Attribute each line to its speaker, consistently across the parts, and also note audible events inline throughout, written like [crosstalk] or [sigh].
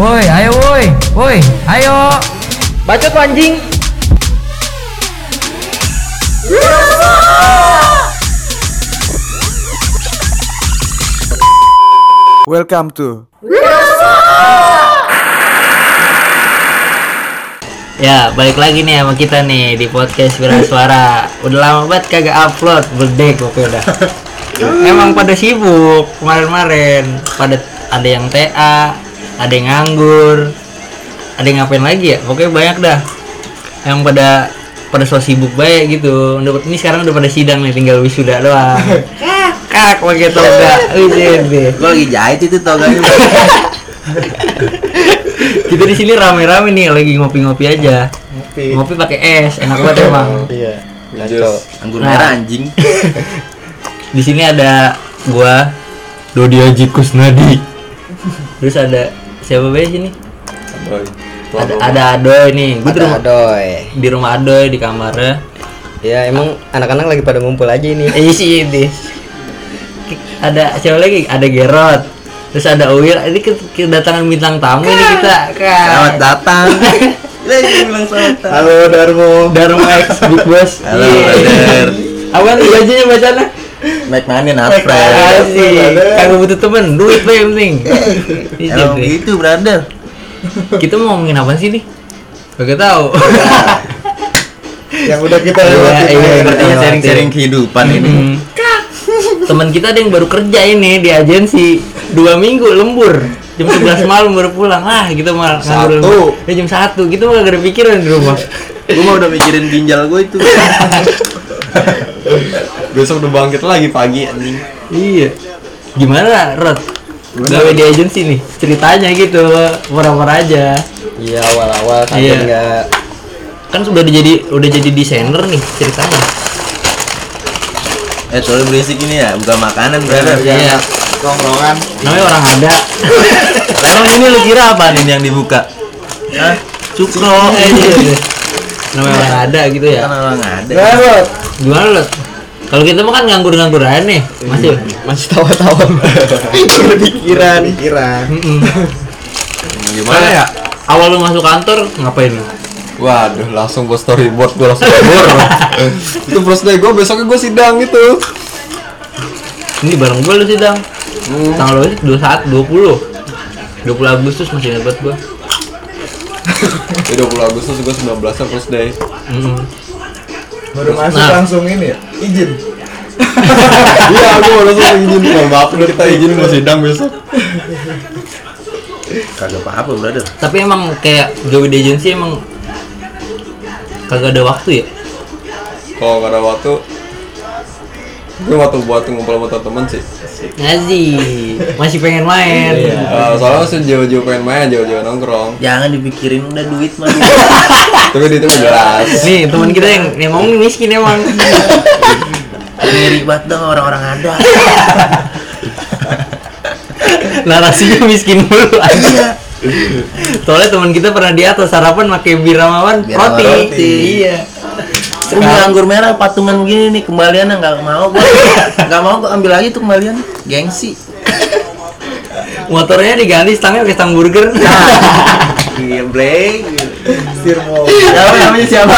Speaker 1: Woi, ayo woi. Woi, ayo.
Speaker 2: Bacot lu anjing.
Speaker 3: Welcome to
Speaker 2: Ya, balik lagi nih sama kita nih di podcast Wira Suara. Udah lama banget kagak upload, berdek pokoknya [laughs] udah. Emang pada sibuk kemarin-kemarin. Pada ada yang TA, ada yang nganggur, ada yang ngapain lagi ya? Pokoknya banyak dah. Yang pada pada so sibuk banyak gitu. Udah- Ini sekarang udah pada sidang nih, tinggal wisuda [laughs] doang. Kak, pakai toga. Wih, deh.
Speaker 4: Gue lagi jahit itu toganya
Speaker 2: kita di sini rame-rame nih lagi ngopi-ngopi aja ngopi ngopi pakai es enak banget emang
Speaker 4: Anggur
Speaker 2: Nah.
Speaker 4: merah anjing
Speaker 2: di sini ada gua Dodi Haji Kusnadi terus ada siapa be sini ada ada Adoy nih gua di
Speaker 5: Ada
Speaker 2: rumah
Speaker 5: adoy.
Speaker 2: di rumah Adoy di kamarnya
Speaker 5: Ya emang anak-anak lagi pada ngumpul aja ini.
Speaker 2: eh sih ini ada siapa lagi ada Gerot terus ada Uwil ini ke- kedatangan bintang tamu nih kita
Speaker 4: Selamat
Speaker 2: kan
Speaker 5: [laughs]
Speaker 4: datang Gila dia bilang selamat datang
Speaker 5: Halo Darmo.
Speaker 2: Darmo X Big Boss
Speaker 4: Halo
Speaker 2: Yeay.
Speaker 4: brother
Speaker 2: Apa nih bajunya bacana?
Speaker 4: Make money not friend
Speaker 2: Asik.
Speaker 5: Iya,
Speaker 2: Kagak butuh temen, duit lah yang penting. Iya,
Speaker 4: [laughs] Emang
Speaker 2: deh.
Speaker 4: gitu brother
Speaker 2: Kita mau ngomongin apa sih nih? Kagak
Speaker 4: [laughs]
Speaker 2: tahu.
Speaker 5: Yang udah kita
Speaker 2: Iya,
Speaker 5: lewatin.
Speaker 2: iya,
Speaker 4: Sepertinya
Speaker 2: iya.
Speaker 4: sharing-sharing kehidupan ini
Speaker 2: Hmm. Temen kita ada yang baru kerja ini di agensi dua minggu lembur jam 11 malam baru pulang lah gitu mal nganggur
Speaker 4: Satu.
Speaker 2: lembur. ya, jam satu gitu mah gak ada pikiran di
Speaker 4: [laughs]
Speaker 2: rumah
Speaker 4: Gue mau udah mikirin ginjal gue
Speaker 5: [laughs]
Speaker 4: itu
Speaker 3: Besok udah bangkit lagi pagi anjing.
Speaker 2: iya gimana Rod gawe di agensi nih ceritanya gitu pura-pura aja
Speaker 5: Iya awal-awal kan
Speaker 2: Iya.
Speaker 5: enggak
Speaker 2: kan sudah jadi udah jadi desainer nih ceritanya
Speaker 4: Eh soalnya berisik ini ya Bukan makanan brother
Speaker 2: Iya.
Speaker 3: Tongkrongan.
Speaker 2: namanya orang ada emang ini lu kira apa
Speaker 4: Apaan
Speaker 2: nih
Speaker 4: ini yang dibuka? Hah? Cukro
Speaker 2: namanya orang ada gitu ya
Speaker 4: Kan orang ada
Speaker 5: Darmo.
Speaker 2: gimana lu kalau kita mah kan nganggur-nganggur aja nih masih
Speaker 5: Masih tawa-tawa. Pikiran. Pikiran.
Speaker 2: Mm-mm.
Speaker 3: Gimana ya?
Speaker 2: awal lu masuk kantor ngapain lu
Speaker 3: Waduh, langsung buat storyboard gue langsung kabur.
Speaker 4: [laughs]
Speaker 3: itu prosesnya gue besoknya gue sidang gitu.
Speaker 2: ini bareng gua lu sih dang tanggal lu dua saat dua puluh dua puluh Agustus masih ingat banget gua
Speaker 3: Ya 20 Agustus gue 19 nya first day.
Speaker 2: Mm-mm.
Speaker 5: Baru masuk
Speaker 2: Nah.
Speaker 5: langsung ini ya. Izin.
Speaker 3: Iya, gue baru langsung izin. Mohon maaf nih, kita izin mau sidang besok.
Speaker 4: Kagak apa-apa brother
Speaker 2: tapi emang kayak gawe di agensi emang kagak ada waktu ya
Speaker 3: Kalau nggak ada waktu, gue waktu buat ngumpul sama temen sih.
Speaker 2: ngaji masih pengen main
Speaker 3: Eh, soalnya masih jauh-jauh pengen main, jauh-jauh nongkrong.
Speaker 4: Jangan dipikirin udah duit mah
Speaker 3: Tapi di itu nggak jelas.
Speaker 2: Nih teman kita yang, yang ngomong miskin emang.
Speaker 4: Ngeri banget dong orang-orang ada
Speaker 2: Narasinya miskin dulu
Speaker 4: Iya.
Speaker 2: aja. Soalnya teman kita pernah di atas sarapan pakai biramawan
Speaker 4: Biar
Speaker 2: roti.
Speaker 4: sama roti.
Speaker 2: Iya.
Speaker 4: Ini anggur merah patungan gini nih kembaliannya nggak mau [laughs] gua nggak mau gua ambil lagi tuh kembalian gengsi
Speaker 2: Motornya diganti stangnya pakai stang
Speaker 4: [laughs]
Speaker 2: burger.
Speaker 4: Nah, iya bleng
Speaker 5: Sir mau.
Speaker 4: siapa namanya siapa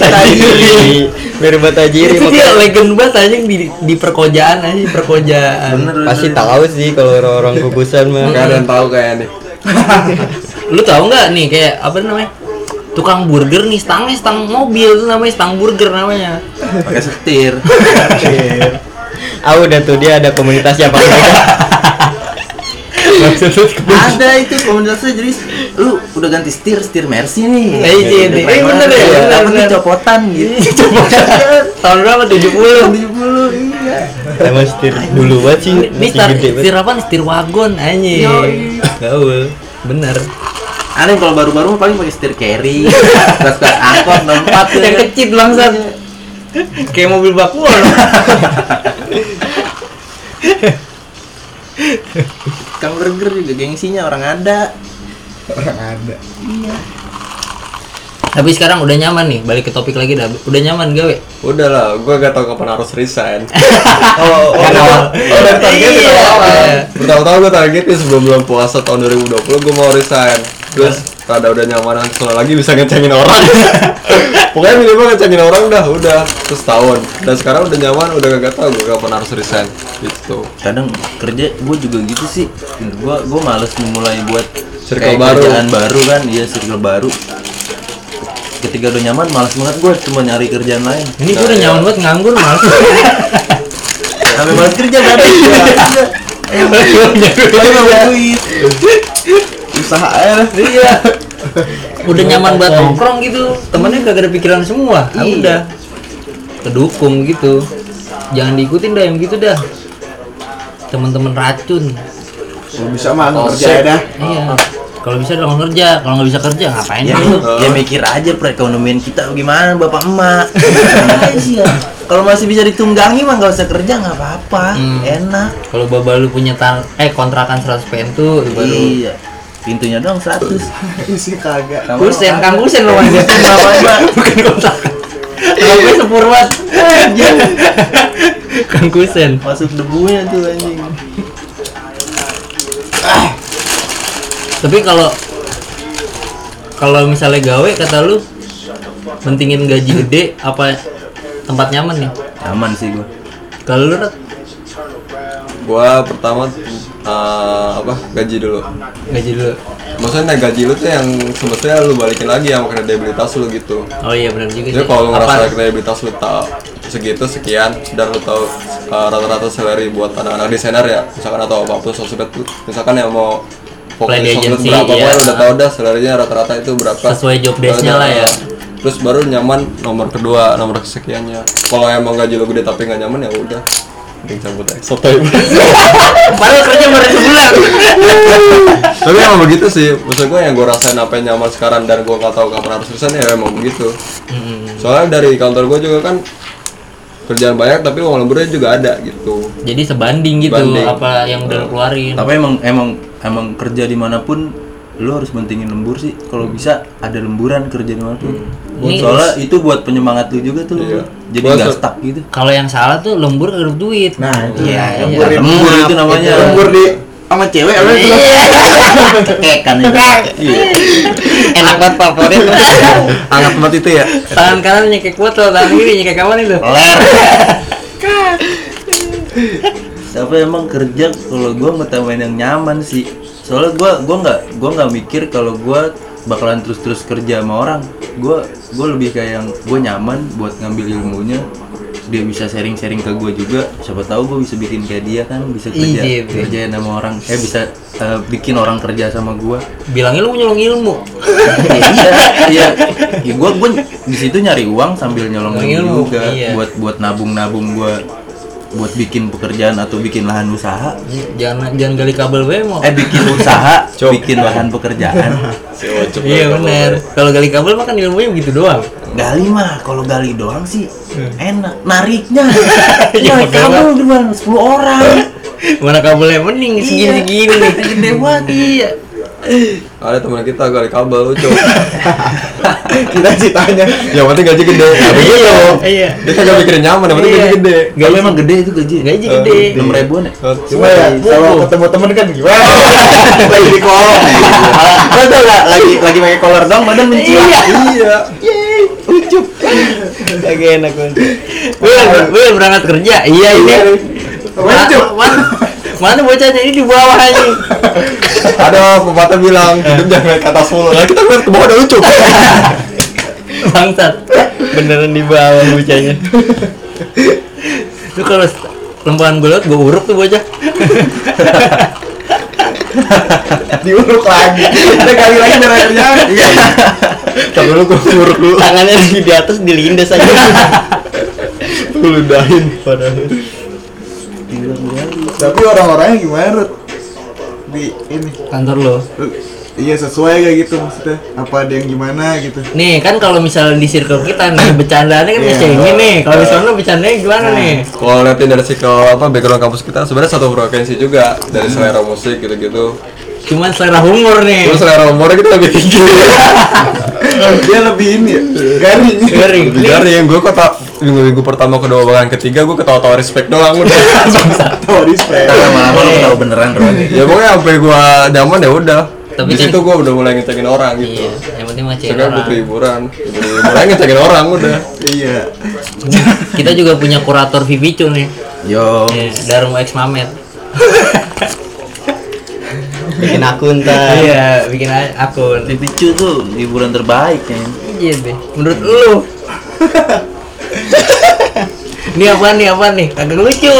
Speaker 5: Tajiri. Mirip banget Tajiri.
Speaker 2: Itu dia legend banget aja yang di, di perkojaan aja di perkojaan.
Speaker 4: Bener, bener.
Speaker 5: Pasti tahu sih kalau orang-orang kubusan
Speaker 3: Gak
Speaker 5: mah.
Speaker 3: ada yang tahu kayaknya nih.
Speaker 2: Lu tahu nggak nih kayak apa namanya? Tukang burger nih stangnya stang mobil itu namanya stang burger namanya.
Speaker 4: pakai setir
Speaker 5: Ah udah tuh dia ada komunitas siapa mereka.
Speaker 4: ada itu komunitasnya jadi lu udah ganti setir setir mercy nih
Speaker 2: Eh, iya, iya. Eh, bener ya, bener,
Speaker 4: tapi
Speaker 2: bener.
Speaker 4: copotan gitu
Speaker 2: [laughs]
Speaker 4: [laughs]
Speaker 2: Tahun berapa? 70.
Speaker 4: tujuh puluh iya
Speaker 5: Emang setir dulu banget sih.
Speaker 2: Ini
Speaker 5: masih
Speaker 2: stir,
Speaker 5: gede banget.
Speaker 2: stir apa? nih? Stir wagon anjing. Gaul. Bener.
Speaker 4: ada yang kalau baru-baru mah paling pakai setir [laughs] carry kelas-kelas angkot [laughs] iya kan. tempat
Speaker 2: Yang kecil bangsat. Kayak mobil bakwan.
Speaker 4: Kang burger juga gengsinya orang ada.
Speaker 2: Tapi sekarang udah nyaman nih, balik ke topik lagi dah. Udah nyaman gawe.
Speaker 3: Udah lah, gue gak tau kapan harus resign.
Speaker 2: Oh,
Speaker 3: Oh, dari target
Speaker 2: Iya.
Speaker 3: Pertama-tama gue targetnya sebelum bulan puasa tahun 2020 gue mau resign. Terus rada udah nyamanan soal lagi bisa ngecengin orang. Pokoknya minimal ngecengin orang dah, udah terus tahun. Dan sekarang udah nyaman, udah gak tau gue kapan harus resign. Gitu.
Speaker 4: kadang kerja gue juga gitu sih gue gue males memulai buat
Speaker 3: Circle
Speaker 4: kayak
Speaker 3: baru.
Speaker 4: kerjaan baru kan iya circle baru ketika udah nyaman males banget gue cuma nyari kerjaan lain
Speaker 2: Ini gue udah nyaman banget nganggur [laughs] malah.
Speaker 4: sampai males kerja
Speaker 2: [laughs]
Speaker 4: berarti Iya, Tapi nggak duit usaha aja lah.
Speaker 2: Iya. Udah nyaman buat nongkrong gitu. Temennya kagak ada pikiran semua. Ah,
Speaker 4: Iya.
Speaker 2: udah. Kedukung gitu. Jangan diikutin dah yang gitu dah. Teman-teman racun.
Speaker 6: Kalau bisa mah lu kerja ya dah.
Speaker 2: Iya. Kalau bisa dong kerja, kalau nggak bisa kerja ngapain
Speaker 4: ya,
Speaker 2: lu?
Speaker 4: ya mikir aja perekonomian kita gimana bapak
Speaker 2: [laughs]
Speaker 4: emak Iya. kalau masih bisa ditunggangi mah nggak usah kerja nggak apa-apa
Speaker 2: Hmm.
Speaker 4: enak
Speaker 2: Kalau bapak lu punya tan eh kontrakan 100 pentu lu baru
Speaker 4: iya pintunya doang 100
Speaker 6: Isi kagak.
Speaker 2: Kusen, Kang Kusen lu masih
Speaker 4: Bapak emak.
Speaker 2: bukan kontrakan. Kenapa sepur banget? Kang Kusen.
Speaker 4: masuk debunya tuh anjing
Speaker 2: Tapi kalau kalau misalnya gawe kata lu mentingin gaji gede apa tempat nyaman nih?
Speaker 4: aman sih gua
Speaker 2: Kalau lu Rat,
Speaker 3: Gua pertama eh, apa gaji dulu.
Speaker 2: gaji dulu.
Speaker 3: Maksudnya naik gaji lu tuh yang semestinya lu balikin lagi sama kredibilitas lu gitu.
Speaker 2: Oh iya benar juga
Speaker 3: Jadi
Speaker 2: sih.
Speaker 3: kalau lu ngerasa
Speaker 2: Apa?
Speaker 3: kredibilitas lu tau segitu sekian dan lu tahu uh, rata-rata salary buat anak-anak desainer ya misalkan atau apapun sosmed tuh, misalkan yang mau fokus
Speaker 2: Plan
Speaker 3: di sosmed
Speaker 2: agency,
Speaker 3: berapa
Speaker 2: iya.
Speaker 3: pokoknya lu udah tahu dah salary-nya rata-rata itu berapa
Speaker 2: Sesuai job desk-nya lah ya.
Speaker 3: terus baru nyaman nomor kedua nomor kesekiannya kalau emang gaji lu gede tapi nggak nyaman ya udah mending cabut aja sotoy
Speaker 2: [laughs] Padahal kerja baru sebulan.
Speaker 3: [laughs] tapi emang begitu sih maksud gue yang gue rasain apa yang nyaman sekarang dan gue nggak tahu kapan harus resign ya emang begitu
Speaker 2: Hmm,
Speaker 3: soalnya dari kantor gue juga kan kerjaan banyak tapi uang lemburnya juga ada gitu
Speaker 2: Jadi sebanding gitu
Speaker 3: Banding.
Speaker 2: apa yang udah lu keluarin.
Speaker 4: tapi emang emang emang kerja dimanapun lu harus mentingin lembur sih kalau
Speaker 6: Hmm.
Speaker 4: bisa ada lemburan kerja dimanapun
Speaker 2: Ini-
Speaker 4: soalnya itu buat penyemangat lu juga tuh
Speaker 6: Iya.
Speaker 4: lembur. jadi
Speaker 3: Gua
Speaker 4: nggak
Speaker 3: se-
Speaker 4: stuck gitu
Speaker 2: Kalau yang salah tuh lembur kagak dapet duit.
Speaker 6: Nah, itu
Speaker 2: Iya, iya.
Speaker 6: lembur di
Speaker 4: lembur ya. itu namanya
Speaker 6: lembur di sama cewek apa itu? Iya.
Speaker 4: kekekan itu
Speaker 6: [laughs]
Speaker 2: Iya. Enak banget favorit.
Speaker 3: anget banget itu ya
Speaker 2: tangan kanan nyekek botol, tangan kiri nyekek kapan itu?
Speaker 4: tapi emang kerja kalau gua ngutamain yang nyaman sih soalnya gua gua nggak gua nggak mikir kalau gua bakalan terus terus kerja sama orang gua gua lebih kayak yang gua nyaman buat ngambil ilmunya dia bisa sharing sharing ke gua juga siapa tahu gua bisa bikin kayak dia kan bisa kerja
Speaker 2: Iya, Bro.
Speaker 4: kerjain sama orang eh bisa eh, bikin orang kerja sama gua
Speaker 2: Bilangnya lu mau nyolong ilmu.
Speaker 4: iya iya ya, gue gue di situ nyari uang sambil nyolong
Speaker 2: Nyolong
Speaker 4: ilmu
Speaker 2: ilmu,
Speaker 4: juga
Speaker 2: iya.
Speaker 4: buat buat nabung nabung gue buat bikin pekerjaan atau bikin lahan usaha
Speaker 2: Jangan jangan gali kabel bemo.
Speaker 4: eh bikin
Speaker 6: [laughs]
Speaker 4: usaha bikin lahan pekerjaan
Speaker 2: Iya benar. Kalau gali kabel mah kan ilmunya begitu doang.
Speaker 4: gali mah kalau gali doang sih enak
Speaker 6: [laughs]
Speaker 4: nariknya
Speaker 2: Iya,
Speaker 4: narik
Speaker 2: bener.
Speaker 4: kabel gimana sepuluh orang
Speaker 2: Mana kabelnya mending segini segini nih.
Speaker 4: gede banget
Speaker 2: Iya.
Speaker 3: ada teman kita kali kabel lucu
Speaker 2: [laughs]
Speaker 6: Kita ceritanya.
Speaker 3: yang penting gaji gede ya begitu
Speaker 2: Iya.
Speaker 3: dia kagak mikirin nyaman yang penting
Speaker 2: Iya.
Speaker 3: gaji gede
Speaker 4: gali emang gede itu gaji
Speaker 2: Gaji gede.
Speaker 4: enam ribuan ya
Speaker 6: Cuma
Speaker 3: Eh,
Speaker 6: ya, kalau ketemu temen kan gimana? [laughs] Lagi di kolong.
Speaker 4: Iya.
Speaker 6: Lo tau nggak, lagi lagi pakai kolor doang badan mencium.
Speaker 3: iya
Speaker 5: Kagak enak banget.
Speaker 2: Wil, Wil berangkat kerja. Iya ini. Ma-
Speaker 6: Lucu.
Speaker 2: ma- Mana bocahnya ini di bawah aja.
Speaker 3: ada pepatah bilang
Speaker 2: Iya.
Speaker 3: hidup jangan lihat ke atas mulu nah kita ngeliat ke bawah udah
Speaker 2: [laughs]
Speaker 3: lucu
Speaker 2: Bangsat.
Speaker 5: Beneran di bawah bocahnya.
Speaker 2: Lu kalau st- lembaran gue lewat gue uruk tuh bocah.
Speaker 6: Diuruk lagi. Ada kali lagi dari kerjaan.
Speaker 3: tapi lu gue buruk lu
Speaker 5: Tangannya di di atas dilindas aja.
Speaker 3: lu dahin padahal
Speaker 6: Tapi orang-orangnya gimana, Rut? Di ini.
Speaker 2: Kantor lo.
Speaker 6: Lu- Iya sesuai kayak gitu maksudnya. Apa ada yang gimana gitu.
Speaker 2: Nih kan kalau misalnya di circle kita nih bercandaannya kan
Speaker 6: Iya.
Speaker 2: yeah. ini nih. Kalau misalnya lu bercandanya gimana nih?
Speaker 3: kalau
Speaker 2: Hmm.
Speaker 3: liatin dari circle apa background kampus kita sebenarnya satu frekuensi juga dari selera musik gitu-gitu
Speaker 2: Cuman selera humor nih.
Speaker 3: Terus selera umurnya kita lebih
Speaker 2: Iya.
Speaker 3: tinggi
Speaker 6: Dia lebih ini ya. Garing.
Speaker 2: Garing.
Speaker 3: Garing, gue kok tak minggu-minggu pertama kedua bahkan ketiga gue ketawa-tawa respect doang
Speaker 2: [laughs]
Speaker 3: udah
Speaker 6: Tahu respect.
Speaker 4: lama-lama lu tahu beneran Ron
Speaker 3: ya pokoknya sampai gua nyaman ya udah
Speaker 2: Tapi
Speaker 3: di
Speaker 2: kan-
Speaker 3: situ gua udah mulai ngecengin orang gitu
Speaker 2: Iya, yang penting mah cewek
Speaker 3: sekarang butuh
Speaker 2: orang.
Speaker 3: hiburan Jadi mulai ngecengin orang udah
Speaker 6: Iya.
Speaker 2: Kita juga punya kurator Vivicu nih.
Speaker 4: yo
Speaker 2: Iya, Darmo X Mamet.
Speaker 5: bikin akun ntar
Speaker 2: Iya, bikin a- akun.
Speaker 4: Pipicu tuh hiburan terbaik kan
Speaker 2: Iya, Be. Menurut lu. [laughs] Ini apa nih, apa nih? Kagak lucu.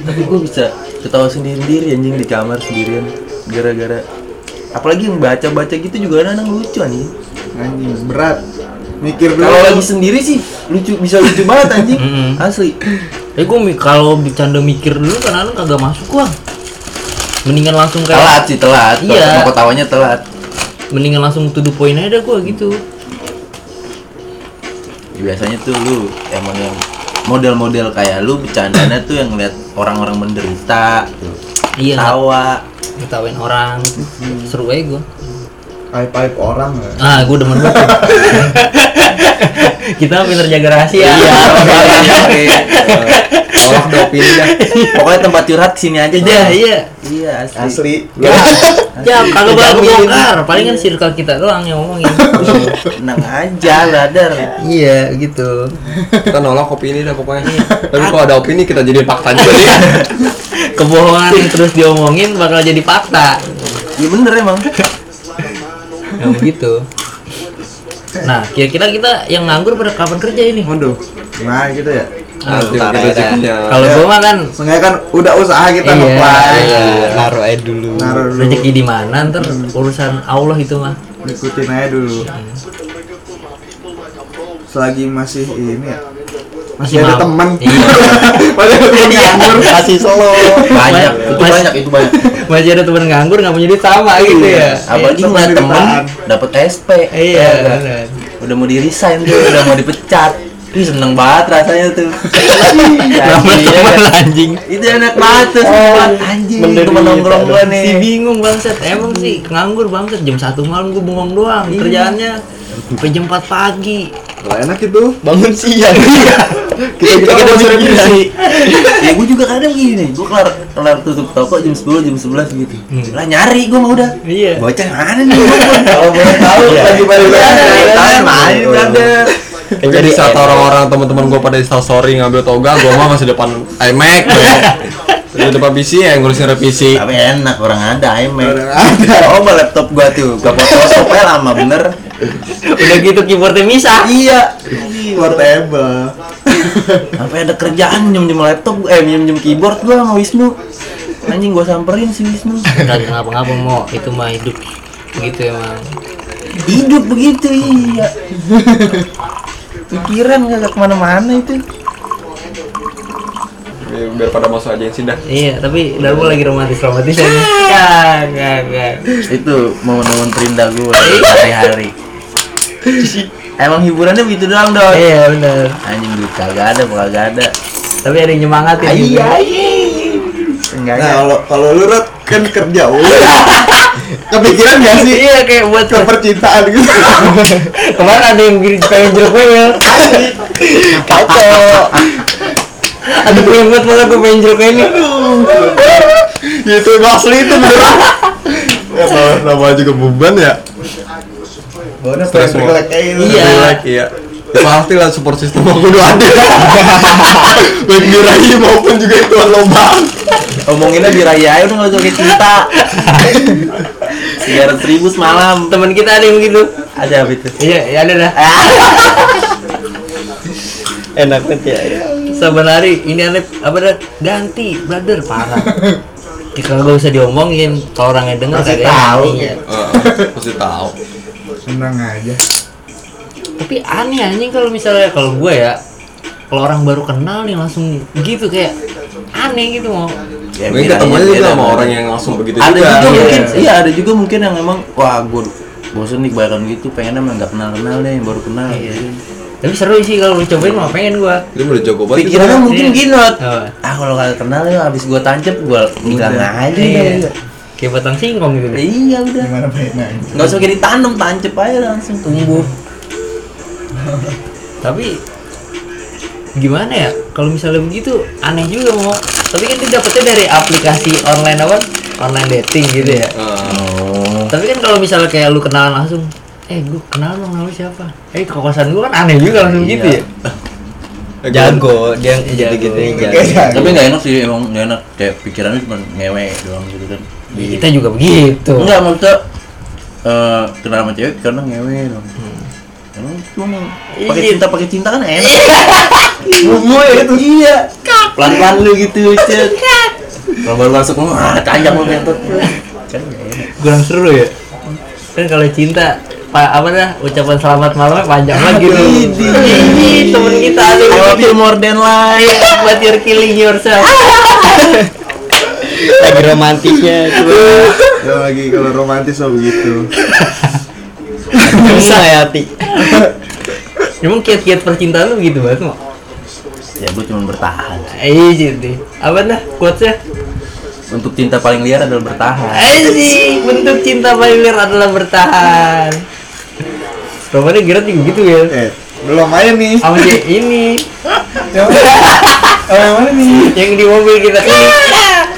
Speaker 4: tapi gue bisa ketawa sendiri-sendiri anjing di kamar sendirian gara-gara apalagi yang baca-baca gitu juga kadang lucu anjing
Speaker 6: Anjing berat. Mikir dulu.
Speaker 4: kalau lagi sendiri sih lucu bisa lucu banget [laughs] anjing
Speaker 2: Mm-mm.
Speaker 4: asli
Speaker 2: Eh, gua mi- kalau bercanda mikir dulu kadang-kadang kagak masuk gua. Mendingan langsung kayak
Speaker 4: telat sih telat
Speaker 2: Iya.
Speaker 4: iya. mau ketawanya telat
Speaker 2: mendingan langsung to the point aja dah gua gitu.
Speaker 4: Ya, biasanya tuh lu emang yang model-model kayak lu bercandanya tuh yang ngeliat orang-orang menderita tuh.
Speaker 2: Iya,
Speaker 4: tawa
Speaker 2: ketawain orang. Seru aja gua.
Speaker 6: Aib aib orang. ya.
Speaker 2: Ah, gue demen banget. Kita pinter jaga rahasia.
Speaker 4: [laughs]
Speaker 2: Iya.
Speaker 3: tolak deh pilih dah
Speaker 4: Iya, gitu. pokoknya tempat curhat kesini aja
Speaker 2: Iya,
Speaker 4: Jon.
Speaker 2: iya.
Speaker 4: iya asli,
Speaker 6: Asli.
Speaker 2: Ya, kalau banget bongkar, palingan circle kita doang yang ngomongin.
Speaker 4: tenang aja ladar
Speaker 2: [laughs] iya, gitu.
Speaker 3: kita nolak opini dah pokoknya tapi kalau ada opini kita jadi fakta juga nih
Speaker 2: Kebohongan yang terus diomongin bakal jadi fakta.
Speaker 4: iya bener emang
Speaker 2: Ya begitu. Nah, kira-kira kita yang nganggur pada kapan kerja ini?
Speaker 6: Waduh. Nah gitu ya.
Speaker 2: Ah,
Speaker 3: Nanti
Speaker 2: ntar aja.
Speaker 3: kita rezekinya.
Speaker 2: Kalau gua mah kan
Speaker 6: Sengaja kan udah usaha kita
Speaker 2: Iya.
Speaker 6: ngeplay.
Speaker 5: Iya,
Speaker 2: Nah,
Speaker 5: naruh aja dulu
Speaker 6: Naruh dulu.
Speaker 2: rezeki di mana ntar urusan Allah itu mah.
Speaker 6: Ikutin aja dulu. Selagi masih ini ya. Masih, ada
Speaker 2: mau.
Speaker 6: teman.
Speaker 2: Iya.
Speaker 6: Masih ada teman nganggur.
Speaker 4: kasih solo iya. banyak
Speaker 6: Iya.
Speaker 4: itu
Speaker 2: Mas-
Speaker 4: banyak itu banyak
Speaker 2: Masih ada teman nganggur nggak punya duit sama gitu ya.
Speaker 4: apalagi
Speaker 6: Iya, temen
Speaker 4: ngeliat temen
Speaker 6: ditahan.
Speaker 4: dapet SP
Speaker 2: Iya,
Speaker 4: Ya kan?
Speaker 2: bener.
Speaker 4: udah mau di resign tuh udah mau dipecat Ih seneng banget rasanya tuh
Speaker 6: Iya.
Speaker 2: Sama
Speaker 3: Iya.
Speaker 4: Anjing, ya
Speaker 2: temen
Speaker 4: kan?
Speaker 2: anjing.
Speaker 4: Itu enak banget tuh sempat
Speaker 6: Oh,
Speaker 4: anjing temen nongkrong gua nih
Speaker 2: Si bingung bangset, emang sih nganggur bangset jam satu malam gue bengong doang kerjaannya sampai jam 4 pagi.
Speaker 6: Lah enak itu.
Speaker 5: bangun siang
Speaker 6: Kita kita kita masih revisi.
Speaker 4: ya gue juga kadang gini nih gue kelar kelar tutup toko jam 10 jam 11 gitu lah nyari gue mah udah Iya,
Speaker 2: Iya.
Speaker 4: bocah mana nih Iya,
Speaker 6: Iya.
Speaker 4: kalau boleh tahu lagi
Speaker 6: baru
Speaker 4: main main
Speaker 6: Iya.
Speaker 4: main brother
Speaker 3: jadi saat orang-orang teman-teman gua pada insta story ngambil toga gua mah masih depan iMac gue di depan PC ya ngurusin revisi
Speaker 4: tapi enak Iya. orang ada iMac
Speaker 6: Orang ada.
Speaker 4: [laughs] oh sama laptop gua tuh gak foto ya lama bener
Speaker 2: Udah gitu keyboardnya misah.
Speaker 4: iya
Speaker 6: Portable.
Speaker 4: sampai ada kerjaan nyium nyium laptop eh nyium nyium keyboard gua sama Wisnu anjing gua samperin si Wisnu
Speaker 2: Kagak ngapa-ngapa mau itu mah hidup gitu emang.
Speaker 4: hidup begitu iya pikiran nggak kemana-mana itu
Speaker 3: Ya, biar pada masuk aja yang sih dah
Speaker 2: Iya, tapi Darmo lagi romantis romantis aja. Enggak, enggak, enggak.
Speaker 4: itu momen-momen terindah gue hari-hari [laughs] emang hiburannya begitu doang dong
Speaker 2: Iya benar.
Speaker 4: anjing duit kagak ada bakal kagak ada
Speaker 2: Tapi ada yang nyemangatin. gitu.
Speaker 6: Nah kalau kalau lu Rod, kan kerja udah. Kepikiran gak sih
Speaker 2: Iya kayak buat
Speaker 6: ke percintaan gitu?
Speaker 2: [laughs] kemarin ada yang gini pengen jeruk mewel.
Speaker 6: Kacau.
Speaker 2: Ada yang buat banget gue pengen jeruk ini.
Speaker 6: itu asli itu
Speaker 3: [laughs]
Speaker 6: beneran.
Speaker 3: ya kalau nama juga beban ya
Speaker 6: Bawahnya
Speaker 3: Stres
Speaker 6: pengen
Speaker 3: semua.
Speaker 6: relax kayak gitu.
Speaker 2: Iya.
Speaker 3: Relax, iya Ya, pasti lah support system aku udah ada baik birahi maupun juga itu lomba
Speaker 4: omonginnya biraya aja udah nggak usah kayak
Speaker 5: [laughs]
Speaker 4: cinta tiga ribu semalam
Speaker 2: Teman kita ada yang gitu.
Speaker 4: ada apa itu
Speaker 2: Iya, ya ada dah.
Speaker 5: enak banget ya
Speaker 3: Eh,
Speaker 2: Saban hari ini aneh apa dah ganti brother parah. Ya, kalau gak usah diomongin, kalau orangnya denger
Speaker 6: Pasti
Speaker 2: kagak
Speaker 6: tahu.
Speaker 2: enak. Iya.
Speaker 3: pasti tahu
Speaker 6: Senang aja.
Speaker 2: Tapi aneh anjing kalau misalnya kalau gue ya, kalau orang baru kenal nih langsung gitu kayak aneh gitu mau.
Speaker 4: ya,
Speaker 3: mungkin ketemunya juga sama orang yang langsung begitu
Speaker 4: ada
Speaker 3: juga
Speaker 2: Iya.
Speaker 4: juga mungkin iya ada juga mungkin yang emang wah gue bosen nih kebanyakan gitu pengennya emang nggak kenal kenal deh yang baru kenal
Speaker 2: Iya. Tapi seru sih kalau lu cobain mau pengen gua.
Speaker 3: Ini udah jago banget.
Speaker 4: Pikirannya mungkin
Speaker 2: Iya.
Speaker 4: gini Not.
Speaker 5: Oh.
Speaker 2: Apa?
Speaker 4: Ah kalau kagak kenal ya habis gua tancep gua hilang aja.
Speaker 2: Iya.
Speaker 4: udah.
Speaker 2: Kayak batang singkong gitu. deh.
Speaker 4: Iya udah.
Speaker 6: Gimana baiknya?
Speaker 4: Enggak usah kayak ditanam, tancep aja langsung tumbuh.
Speaker 2: [laughs] Tapi gimana ya kalau misalnya begitu aneh juga mau tapi kan dia dapetnya dari aplikasi online apa online dating gitu ya
Speaker 3: Ah,
Speaker 2: tapi kan kalau misalnya kayak lu kenalan langsung eh gua kenal dong nama lu siapa eh ke kosan gua kan aneh juga langsung gitu ya
Speaker 3: eh,
Speaker 5: Jago dia
Speaker 2: Iya,
Speaker 5: gitu-gitu
Speaker 2: jago.
Speaker 5: jago.
Speaker 4: Tapi
Speaker 2: Iya.
Speaker 4: enggak enak sih emang enggak enak kayak pikirannya cuma ngewe doang gitu kan.
Speaker 2: Ya, kita juga begitu
Speaker 4: Enggak maksudnya eh kenal sama cewek karena ngewe dong.
Speaker 2: Hmm.
Speaker 4: Emang cuma
Speaker 2: Iya.
Speaker 4: pakai cinta pakai cinta kan enak. Bungo ya itu. Iya. Pelan-pelan lu gitu, cet.
Speaker 2: Iya.
Speaker 4: Kalau baru masuk lu ah tajam lu bentot. Kan nggak enak.
Speaker 2: kurang seru ya kan kalau cinta pak apa dah ucapan selamat malamnya panjang lagi tuh Ini temen kita Iya. ada
Speaker 4: I love you more than life.
Speaker 2: buat your killing yourself
Speaker 5: [laughs] Lagi romantisnya coba.
Speaker 2: [laughs]
Speaker 6: Kalau lagi kalau romantis mah begitu.
Speaker 5: Bisa ya hati.
Speaker 2: emang kiat-kiat percintaan lu begitu banget mau
Speaker 4: Ya gua cuma bertahan.
Speaker 2: Iya deh apa dah quotesnya
Speaker 4: Untuk cinta paling liar adalah bertahan.
Speaker 2: Aji, bentuk cinta paling liar adalah bertahan. Romannya Gerard juga gitu ya.
Speaker 6: Eh, belum aja nih.
Speaker 2: [laughs] Sama dia ini
Speaker 6: Yang mana? Oh, yang mana nih?
Speaker 2: yang di mobil kita Iya.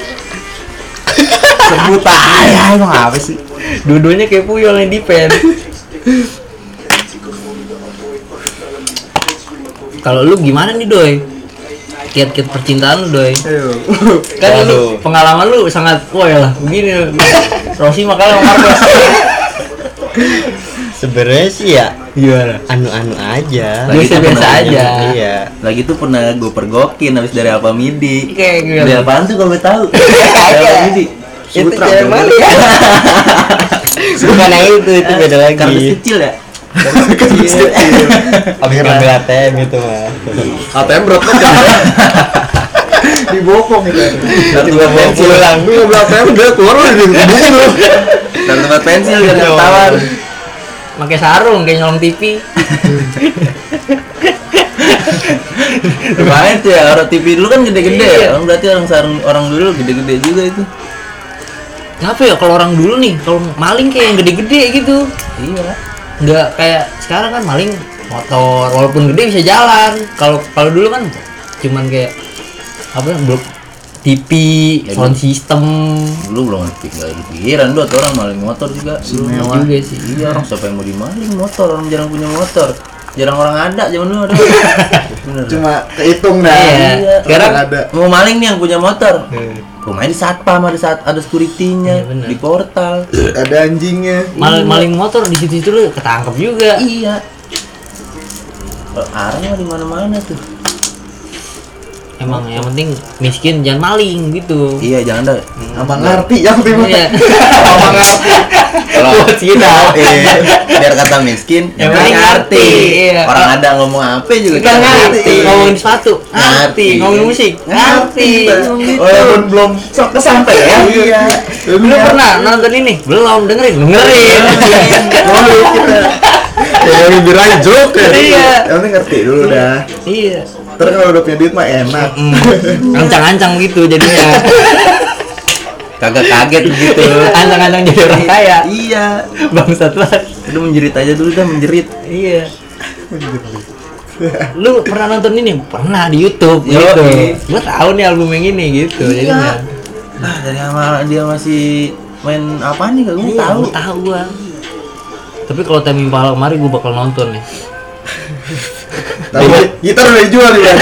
Speaker 4: Sebut aja emang apa sih?
Speaker 2: Dua-duanya kayak puyol yang di pen. Kalau lu gimana nih doi? Kiat-kiat percintaan lu doi?
Speaker 6: Ayo. [laughs]
Speaker 2: Kan lu pengalaman lu sangat wah ya lah begini. Rosi makanya sama Marcos.
Speaker 5: Sebenarnya sih ya
Speaker 2: Gimana?
Speaker 5: anu-anu aja.
Speaker 4: Lagi
Speaker 2: Biasa biasa
Speaker 4: temenan
Speaker 2: aja.
Speaker 5: Iya.
Speaker 4: Lagi tuh pernah gue pergokin habis dari apa midi.
Speaker 2: Kayak
Speaker 4: Dari
Speaker 2: gimana?
Speaker 4: apaan tuh kalau tahu? Dari apa midi?
Speaker 5: Itu
Speaker 4: Sutra,
Speaker 5: cewek
Speaker 4: bro.
Speaker 5: mana ya? Bukan yang itu, itu beda
Speaker 4: Kardus
Speaker 5: lagi.
Speaker 4: kecil ya? Iya.
Speaker 5: Abis ngambil ATM itu mah.
Speaker 3: ATM berat banget.
Speaker 6: Dibokong itu.
Speaker 4: Kartu pensil.
Speaker 3: Pulang. Lu ngambil ATM udah keluar udah dibukin lu.
Speaker 4: Kartu pensil dan ketahuan.
Speaker 2: pakai sarung kayak nyolong TV.
Speaker 4: Lumayan tuh ya, orang TV dulu kan gede-gede
Speaker 2: Iya.
Speaker 4: ya. Orang berarti orang sarung orang dulu gede-gede juga itu.
Speaker 2: Kenapa ya kalau orang dulu nih, kalau maling kayak yang gede-gede gitu.
Speaker 4: Iya.
Speaker 2: Nggak kayak sekarang kan maling motor walaupun gede bisa jalan. Kalau kalau dulu kan cuman kayak apa blok TV,
Speaker 4: Ya,
Speaker 2: sound system.
Speaker 4: Dulu belum ada tinggal di pikiran dua tuh orang maling motor juga. Dulu
Speaker 2: Mewah. juga sih.
Speaker 4: Iya, orang siapa yang mau dimaling motor? Orang jarang punya motor. Jarang orang ada zaman dulu ada. Bener.
Speaker 6: Cuma kehitung dah.
Speaker 2: Iya.
Speaker 4: Sekarang
Speaker 6: Orang ada.
Speaker 4: mau maling nih yang punya motor. Rumahnya di satpam ada saat ada
Speaker 2: Iya,
Speaker 4: securitynya
Speaker 2: bener.
Speaker 4: di portal.
Speaker 6: Ada anjingnya.
Speaker 2: Mal- maling motor di situ-situ lu ketangkep juga.
Speaker 4: iya. Kalau arang mah di mana-mana tuh.
Speaker 2: Emang yang penting miskin jangan maling gitu.
Speaker 4: Iya, jangan dah.
Speaker 6: Abang ngerti yang tiba.
Speaker 2: [laughs] Iya.
Speaker 4: [laughs] Kalau
Speaker 2: Kita
Speaker 4: iya, biar kata miskin,
Speaker 2: Yang
Speaker 4: yang penting
Speaker 2: penting
Speaker 4: ngerti.
Speaker 2: ngerti, iya.
Speaker 4: Orang ada ngomong apa juga
Speaker 2: Kita ngerti ngomongin sepatu,
Speaker 4: Ngerti.
Speaker 2: ngerti ngomongin musik, ngerti.
Speaker 6: Walaupun belum sok sampai ya. Iya.
Speaker 2: Lu pernah nonton ini? Belum, dengerin. Dengerin.
Speaker 6: Dulu kita.
Speaker 3: Yang bibir aja jeruk ya.
Speaker 2: Iya.
Speaker 6: Yang penting ngerti dulu dah.
Speaker 2: Iya.
Speaker 6: Terus kalau udah punya duit mah enak.
Speaker 2: Ancang-ancang gitu [laughs] jadinya.
Speaker 4: Kagak kaget begitu.
Speaker 2: Ancang-ancang jadi orang kaya.
Speaker 4: Iya.
Speaker 2: Bangsat banget.
Speaker 4: Udah menjerit aja dulu dah menjerit.
Speaker 2: Iya. Lu pernah nonton ini? Pernah di YouTube
Speaker 4: Yo,
Speaker 2: gitu.
Speaker 4: iya.
Speaker 2: Gua tahu nih album yang ini gitu jadinya.
Speaker 4: Ah, dari awal dia masih main apa nih kagak
Speaker 2: Iya,
Speaker 4: tahu.
Speaker 2: gua tahu gua. Tapi kalau Temi Pahala kemarin gua bakal nonton nih.
Speaker 6: Tapi gitar udah dijual ya.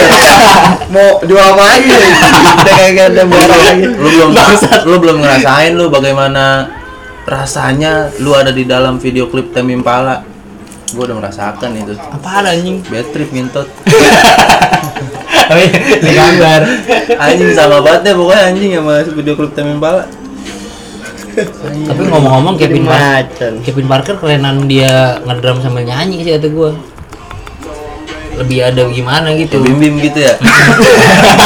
Speaker 6: Mau jual apa lagi? Udah kagak ada barang lagi.
Speaker 4: lu belum lu belum ngerasain lu bagaimana rasanya lu ada di dalam video klip Temi Impala gua udah merasakan itu
Speaker 2: Apaan [laughs] anjing?
Speaker 4: bad trip ngintot
Speaker 2: Tapi Oh, iya. di [laughs] gambar.
Speaker 4: anjing sama banget deh pokoknya anjing sama video klip Temi Impala
Speaker 2: Tapi ngomong-ngomong Kevin Parker,
Speaker 5: Macan.
Speaker 2: Kevin Parker kerenan dia ngedrum sambil nyanyi sih kata gua. Lebih ada gimana
Speaker 4: ya
Speaker 2: gitu.
Speaker 4: bim bim gitu ya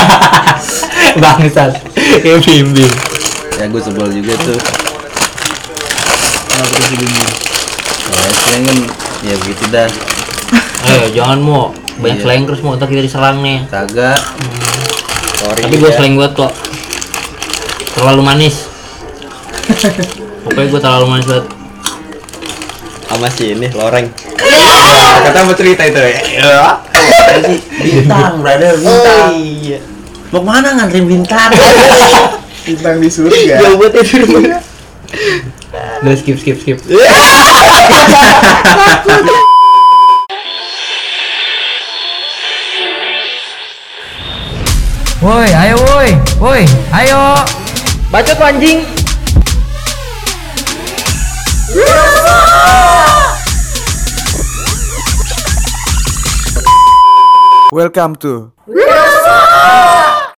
Speaker 2: [laughs] Bangsat. Kayak bimbing.
Speaker 4: ya gua sebel juga tuh ya sering ya begitu dah
Speaker 2: eh jangan mau banyak
Speaker 4: Iya.
Speaker 2: slang terus mau ntar kita diserang nih
Speaker 4: kagak
Speaker 5: Sorry.
Speaker 2: tapi gue
Speaker 5: ya.
Speaker 2: slang buat kok terlalu
Speaker 5: [laughs]
Speaker 2: manis pokoknya gue terlalu manis banget
Speaker 5: sama si ini loreng.
Speaker 3: Kata mau cerita itu ya.
Speaker 4: Apa sih bintang brother bintang
Speaker 5: iya.
Speaker 4: mau mana ngantri bintang
Speaker 6: Bintang di surga.
Speaker 5: Jauh banget itu rumahnya.
Speaker 2: udah skip skip
Speaker 5: [laughs]
Speaker 2: skip
Speaker 1: Woi, ayo woi, woi, ayo.
Speaker 5: Bacot lu, anjing.
Speaker 7: Welcome to